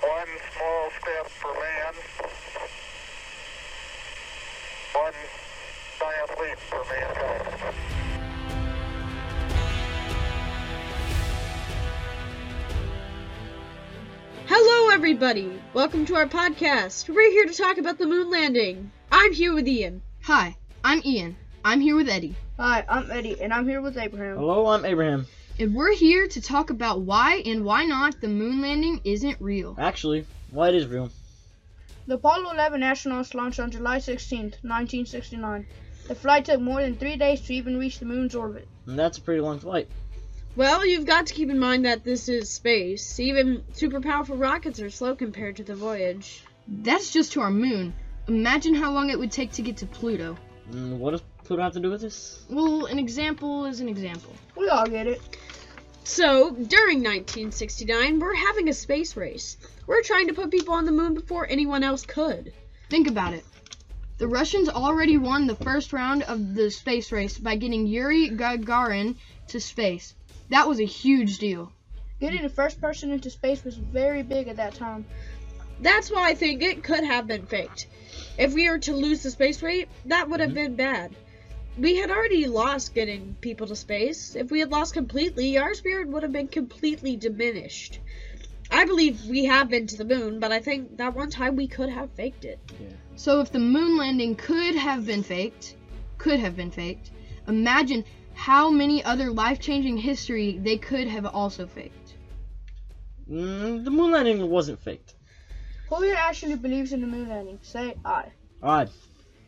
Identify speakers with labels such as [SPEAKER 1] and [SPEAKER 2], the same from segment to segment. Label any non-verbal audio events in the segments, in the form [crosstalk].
[SPEAKER 1] One small step for man, one giant leap for mankind.
[SPEAKER 2] Hello, everybody! Welcome to our podcast. We're here to talk about the moon landing. I'm here with Ian.
[SPEAKER 3] Hi, I'm Ian. I'm here with Eddie.
[SPEAKER 4] Hi, I'm Eddie, and I'm here with Abraham.
[SPEAKER 5] Hello, I'm Abraham.
[SPEAKER 3] And we're here to talk about why and why not the moon landing isn't real.
[SPEAKER 5] Actually, well, it is real.
[SPEAKER 4] The Apollo 11 astronauts launched on July 16, 1969. The flight took more than three days to even reach the moon's orbit.
[SPEAKER 5] And that's a pretty long flight.
[SPEAKER 2] Well, you've got to keep in mind that this is space. Even super powerful rockets are slow compared to the voyage.
[SPEAKER 3] That's just to our moon. Imagine how long it would take to get to Pluto.
[SPEAKER 5] And Mm, what does Pluto have to do with this?
[SPEAKER 3] Well, an example is an example.
[SPEAKER 4] We all get it.
[SPEAKER 2] So, during 1969, we're having a space race. We're trying to put people on the moon before anyone else could.
[SPEAKER 3] Think about it. The Russians already won the first round of the space race by getting Yuri Gagarin to space. That was a huge deal.
[SPEAKER 4] Getting the first person into space was very big at that time.
[SPEAKER 2] That's why I think it could have been faked. If we were to lose the space race, that would have been bad. We had already lost getting people to space. If we had lost completely, our spirit would have been completely diminished. I believe we have been to the moon, but I think that one time we could have faked it.
[SPEAKER 3] So if the moon landing could have been faked, could have been faked, imagine how many other life-changing history they could have also faked.
[SPEAKER 5] Mm, the moon landing wasn't faked.
[SPEAKER 4] Who here actually believes in the moon landing? Say I.
[SPEAKER 5] Alright,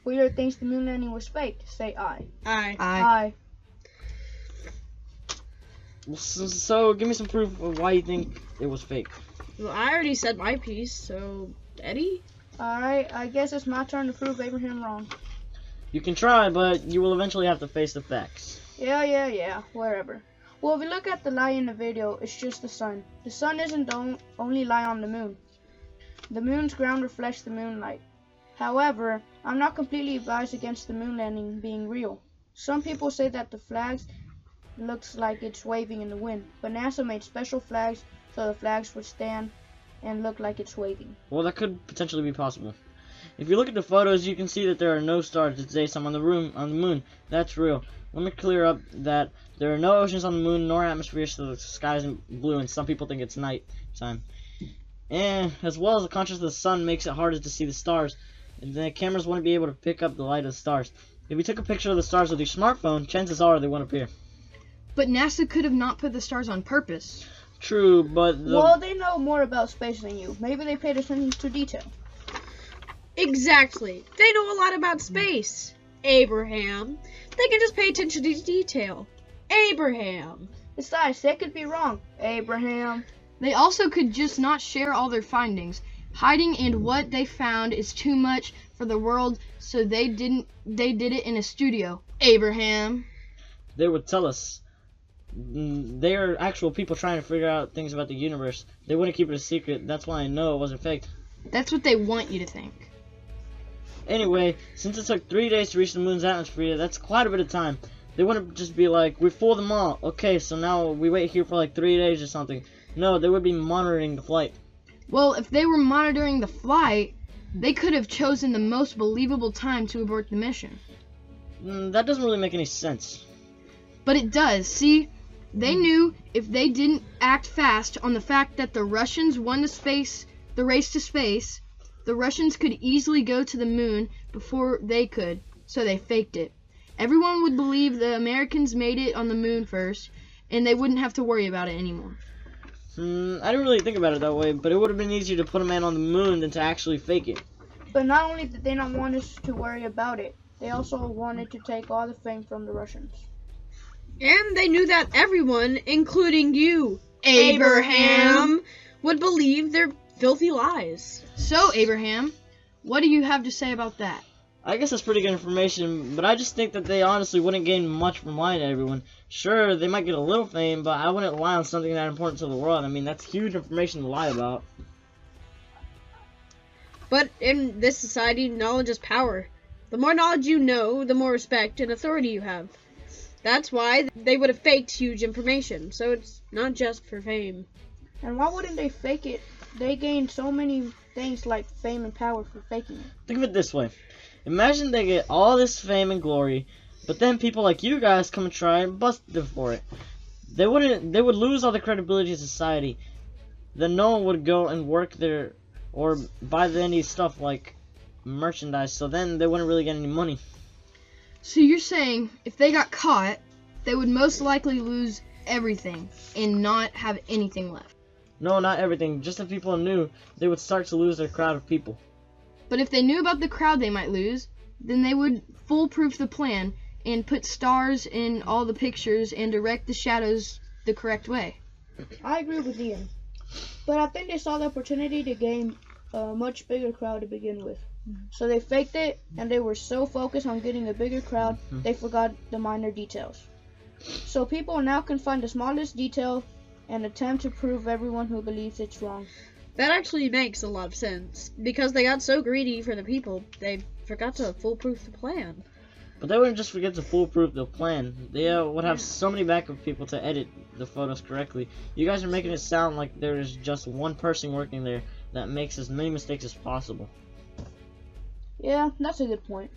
[SPEAKER 4] Who here thinks the moon landing was faked? Say I.
[SPEAKER 2] I
[SPEAKER 3] I
[SPEAKER 4] I.
[SPEAKER 5] so, so give me some proof of why you think it was fake.
[SPEAKER 2] well, I already said my piece, so Eddie.
[SPEAKER 4] Alright, I guess it's my turn to prove Abraham wrong.
[SPEAKER 5] You can try, but you will eventually have to face the facts.
[SPEAKER 4] Yeah, yeah, yeah, wherever. Well, if you look at the light in the video, it's just the sun. The sun isn't the on- only light on the moon. The moon's ground reflects the moonlight. However, I'm not completely biased against the moon landing being real. Some people say that the flags looks like it's waving in the wind, but NASA made special flags so the flags would stand and look like it's waving.
[SPEAKER 5] Well, that could potentially be possible. If you look at the photos, you can see that there are no stars. It says some on the room on the moon. That's real. Let me clear up that there are no oceans on the moon nor atmosphere, so the sky isn't blue. And some people think it's night time. And as well as the contrast of the sun makes it harder to see the stars, and the cameras wouldn't be able to pick up the light of the stars. If you took a picture of the stars with your smartphone, chances are they won't appear.
[SPEAKER 3] But NASA could have not put the stars on purpose.
[SPEAKER 5] True, but the,
[SPEAKER 4] Well, they know more about space than you. Maybe they paid attention to detail.
[SPEAKER 2] Exactly. They know a lot about space. Abraham. They can just pay attention to detail. Abraham.
[SPEAKER 4] Besides, they could be wrong. Abraham.
[SPEAKER 3] They also could just not share all their findings. Hiding and what they found is too much for the world, so they didn't they did it in a studio. Abraham.
[SPEAKER 5] they would tell us. Mm, They are actual people trying to figure out things about the universe. They wouldn't keep it a secret. That's why I know it wasn't faked.
[SPEAKER 3] That's what they want you to think.
[SPEAKER 5] Anyway, since it took three days to reach the moon's atmosphere, that's quite a bit of time. They wouldn't just be like, we fooled them all. Okay, so now we wait here for like three days or something. No, they would be monitoring the flight.
[SPEAKER 3] Well, if they were monitoring the flight, they could have chosen the most believable time to abort the mission.
[SPEAKER 5] Mm, that doesn't really make any sense.
[SPEAKER 3] But it does. See, they knew if they didn't act fast on the fact that the Russians won the space, the race to space, the Russians could easily go to the moon before they could. So they faked it. Everyone would believe the Americans made it on the moon first, and they wouldn't have to worry about it anymore.
[SPEAKER 5] Mm, I didn't really think about it that way, but it would have been easier to put a man on the moon than to actually fake it.
[SPEAKER 4] But not only did they not want us to worry about it, they also wanted to take all the fame from the Russians.
[SPEAKER 2] And they knew that everyone, including you, would believe their filthy lies.
[SPEAKER 3] So, Abraham, what do you have to say about that?
[SPEAKER 5] I guess that's pretty good information, but I just think that they honestly wouldn't gain much from lying to everyone. Sure, they might get a little fame, but I wouldn't lie on something that important to the world. I mean, that's huge information to lie about.
[SPEAKER 2] But in this society, knowledge is power. The more knowledge you know, the more respect and authority you have. That's why they would have faked huge information. So it's not just for fame.
[SPEAKER 4] And why wouldn't they fake it? They gain so many things like fame and power for faking it.
[SPEAKER 5] Think of it this way. Imagine they get all this fame and glory, but then people like you guys come and try and bust them for it. They wouldn't they would lose all the credibility in society. Then no one would go and work there or buy any stuff like merchandise, so then they wouldn't really get any money.
[SPEAKER 3] So you're saying if they got caught, they would most likely lose everything and not have anything left.
[SPEAKER 5] No, not everything. Just if people knew, they would start to lose their crowd of people.
[SPEAKER 3] But if they knew about the crowd they might lose, then they would foolproof the plan and put stars in all the pictures and direct the shadows the correct way.
[SPEAKER 4] I agree with Ian, but I think they saw the opportunity to gain a much bigger crowd to begin with. So they faked it, and they were so focused on getting a bigger crowd, they forgot the minor details. So people now can find the smallest detail and attempt to prove everyone who believes it's wrong.
[SPEAKER 2] That actually makes a lot of sense because they got so greedy for the people, they forgot to foolproof the plan.
[SPEAKER 5] But they wouldn't just forget to foolproof the plan. They uh, would have so many backup people to edit the photos correctly. You guys are making it sound like there is just one person working there that makes as many mistakes as possible.
[SPEAKER 4] Yeah, that's a good point.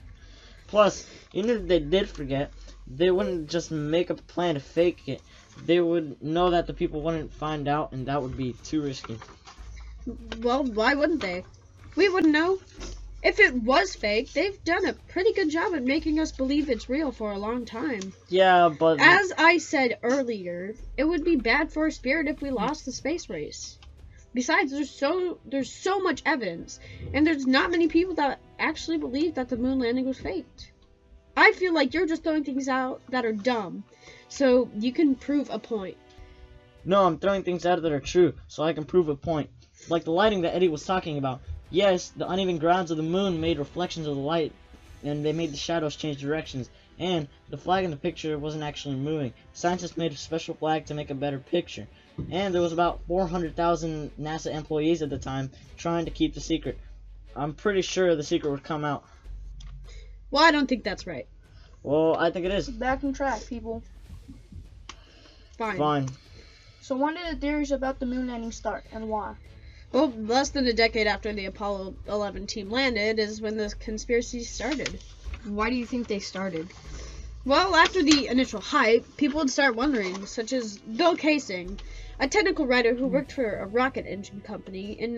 [SPEAKER 5] Plus, even if they did forget, they wouldn't just make up a plan to fake it. They would know that the people wouldn't find out, and that would be too risky.
[SPEAKER 2] Well, why wouldn't they? We wouldn't know. If it was fake, they've done a pretty good job at making us believe it's real for a long time.
[SPEAKER 5] Yeah, but
[SPEAKER 2] As I said earlier, it would be bad for our spirit if we lost the space race. Besides, there's so there's so much evidence, and there's not many people that actually believe that the moon landing was faked. I feel like you're just throwing things out that are dumb, so you can prove a point.
[SPEAKER 5] no, I'm throwing things out that are true so I can prove a point. Like the lighting that Eddie was talking about. Yes, the uneven grounds of the moon made reflections of the light, and they made the shadows change directions. And the flag in the picture wasn't actually moving. Scientists made a special flag to make a better picture. And there was about 400,000 NASA employees at the time trying to keep the secret. I'm pretty sure the secret would come out.
[SPEAKER 2] Well, I don't think that's right.
[SPEAKER 5] Well, I think it is.
[SPEAKER 4] Back on track, people.
[SPEAKER 2] Fine.
[SPEAKER 5] Fine.
[SPEAKER 4] So when did the theories about the moon landing start, and why? [clears throat]
[SPEAKER 2] Well, less than a decade after the Apollo 11 team landed is when the conspiracy started.
[SPEAKER 3] Why do you think they started?
[SPEAKER 2] Well, after the initial hype, people would start wondering, such as Bill Casing, a technical writer who worked for a rocket engine company in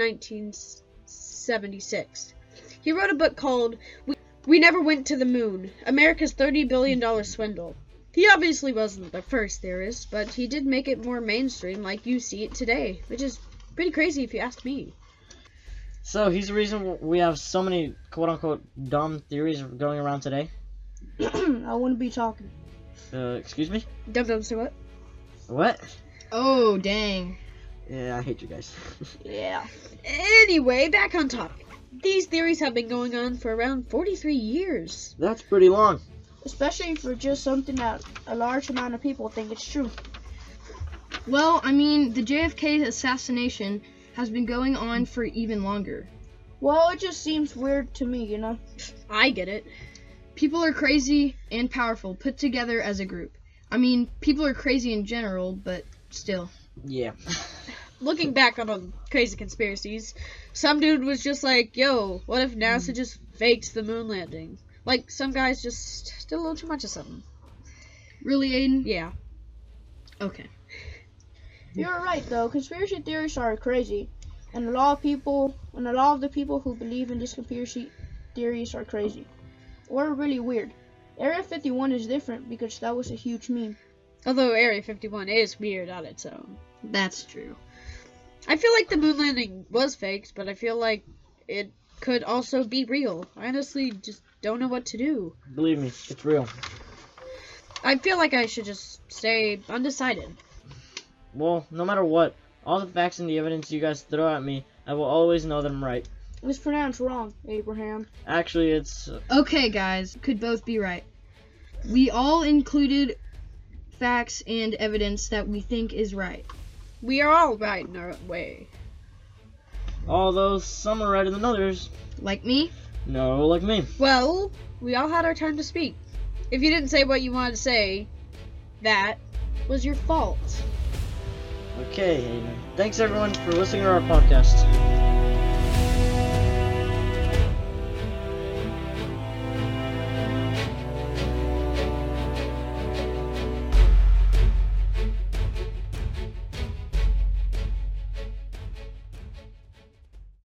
[SPEAKER 2] 1976. He wrote a book called We, we Never Went to the Moon America's $30 Billion Swindle. He obviously wasn't the first theorist, but he did make it more mainstream like you see it today, which is pretty crazy if you ask me.
[SPEAKER 5] So he's the reason we have so many quote unquote dumb theories going around today.
[SPEAKER 4] I wouldn't be talking.
[SPEAKER 5] Uh, excuse me?
[SPEAKER 2] Dum dum so what?
[SPEAKER 5] What?
[SPEAKER 3] Oh, dang.
[SPEAKER 5] Yeah, I hate you guys. [laughs]
[SPEAKER 4] Yeah.
[SPEAKER 2] Anyway, back on topic. These theories have been going on for around 43 years.
[SPEAKER 5] That's pretty long.
[SPEAKER 4] Especially for just something that a large amount of people think it's true.
[SPEAKER 3] Well, I mean, the JFK assassination has been going on for even longer.
[SPEAKER 4] Well, it just seems weird to me, you know?
[SPEAKER 2] I get it.
[SPEAKER 3] People are crazy and powerful put together as a group. I mean, people are crazy in general, but still.
[SPEAKER 5] Yeah.
[SPEAKER 2] Looking back on um, crazy conspiracies, some dude was just like, yo, what if NASA just faked the moon landing? Like, some guys just did a little too much of something.
[SPEAKER 3] Really, Aiden?
[SPEAKER 2] Yeah.
[SPEAKER 3] Okay.
[SPEAKER 4] You're right, though. Conspiracy theories are crazy, and a lot of people, and a lot of the people who believe in these conspiracy theories are crazy, or really weird. Area 51 is different because that was a huge meme.
[SPEAKER 2] Although Area 51 is weird on its own.
[SPEAKER 3] That's true.
[SPEAKER 2] I feel like the moon landing was faked, but I feel like it could also be real. I honestly just don't know what to do.
[SPEAKER 5] Believe me, it's real.
[SPEAKER 2] I feel like I should just stay undecided.
[SPEAKER 5] Well, no matter what, all the facts and the evidence you guys throw at me, I will always know that I'm right.
[SPEAKER 4] It was pronounced wrong, Abraham.
[SPEAKER 5] Actually, it's
[SPEAKER 3] Okay, guys, could both be right. We all included facts and evidence that we think is right.
[SPEAKER 2] We are all right in our way.
[SPEAKER 5] although some are right than others.
[SPEAKER 3] Like me?
[SPEAKER 5] No, like me.
[SPEAKER 2] Well, we all had our time to speak. If you didn't say what you wanted to say, that was your fault.
[SPEAKER 5] Okay, Hayden. Thanks everyone for listening to our podcast.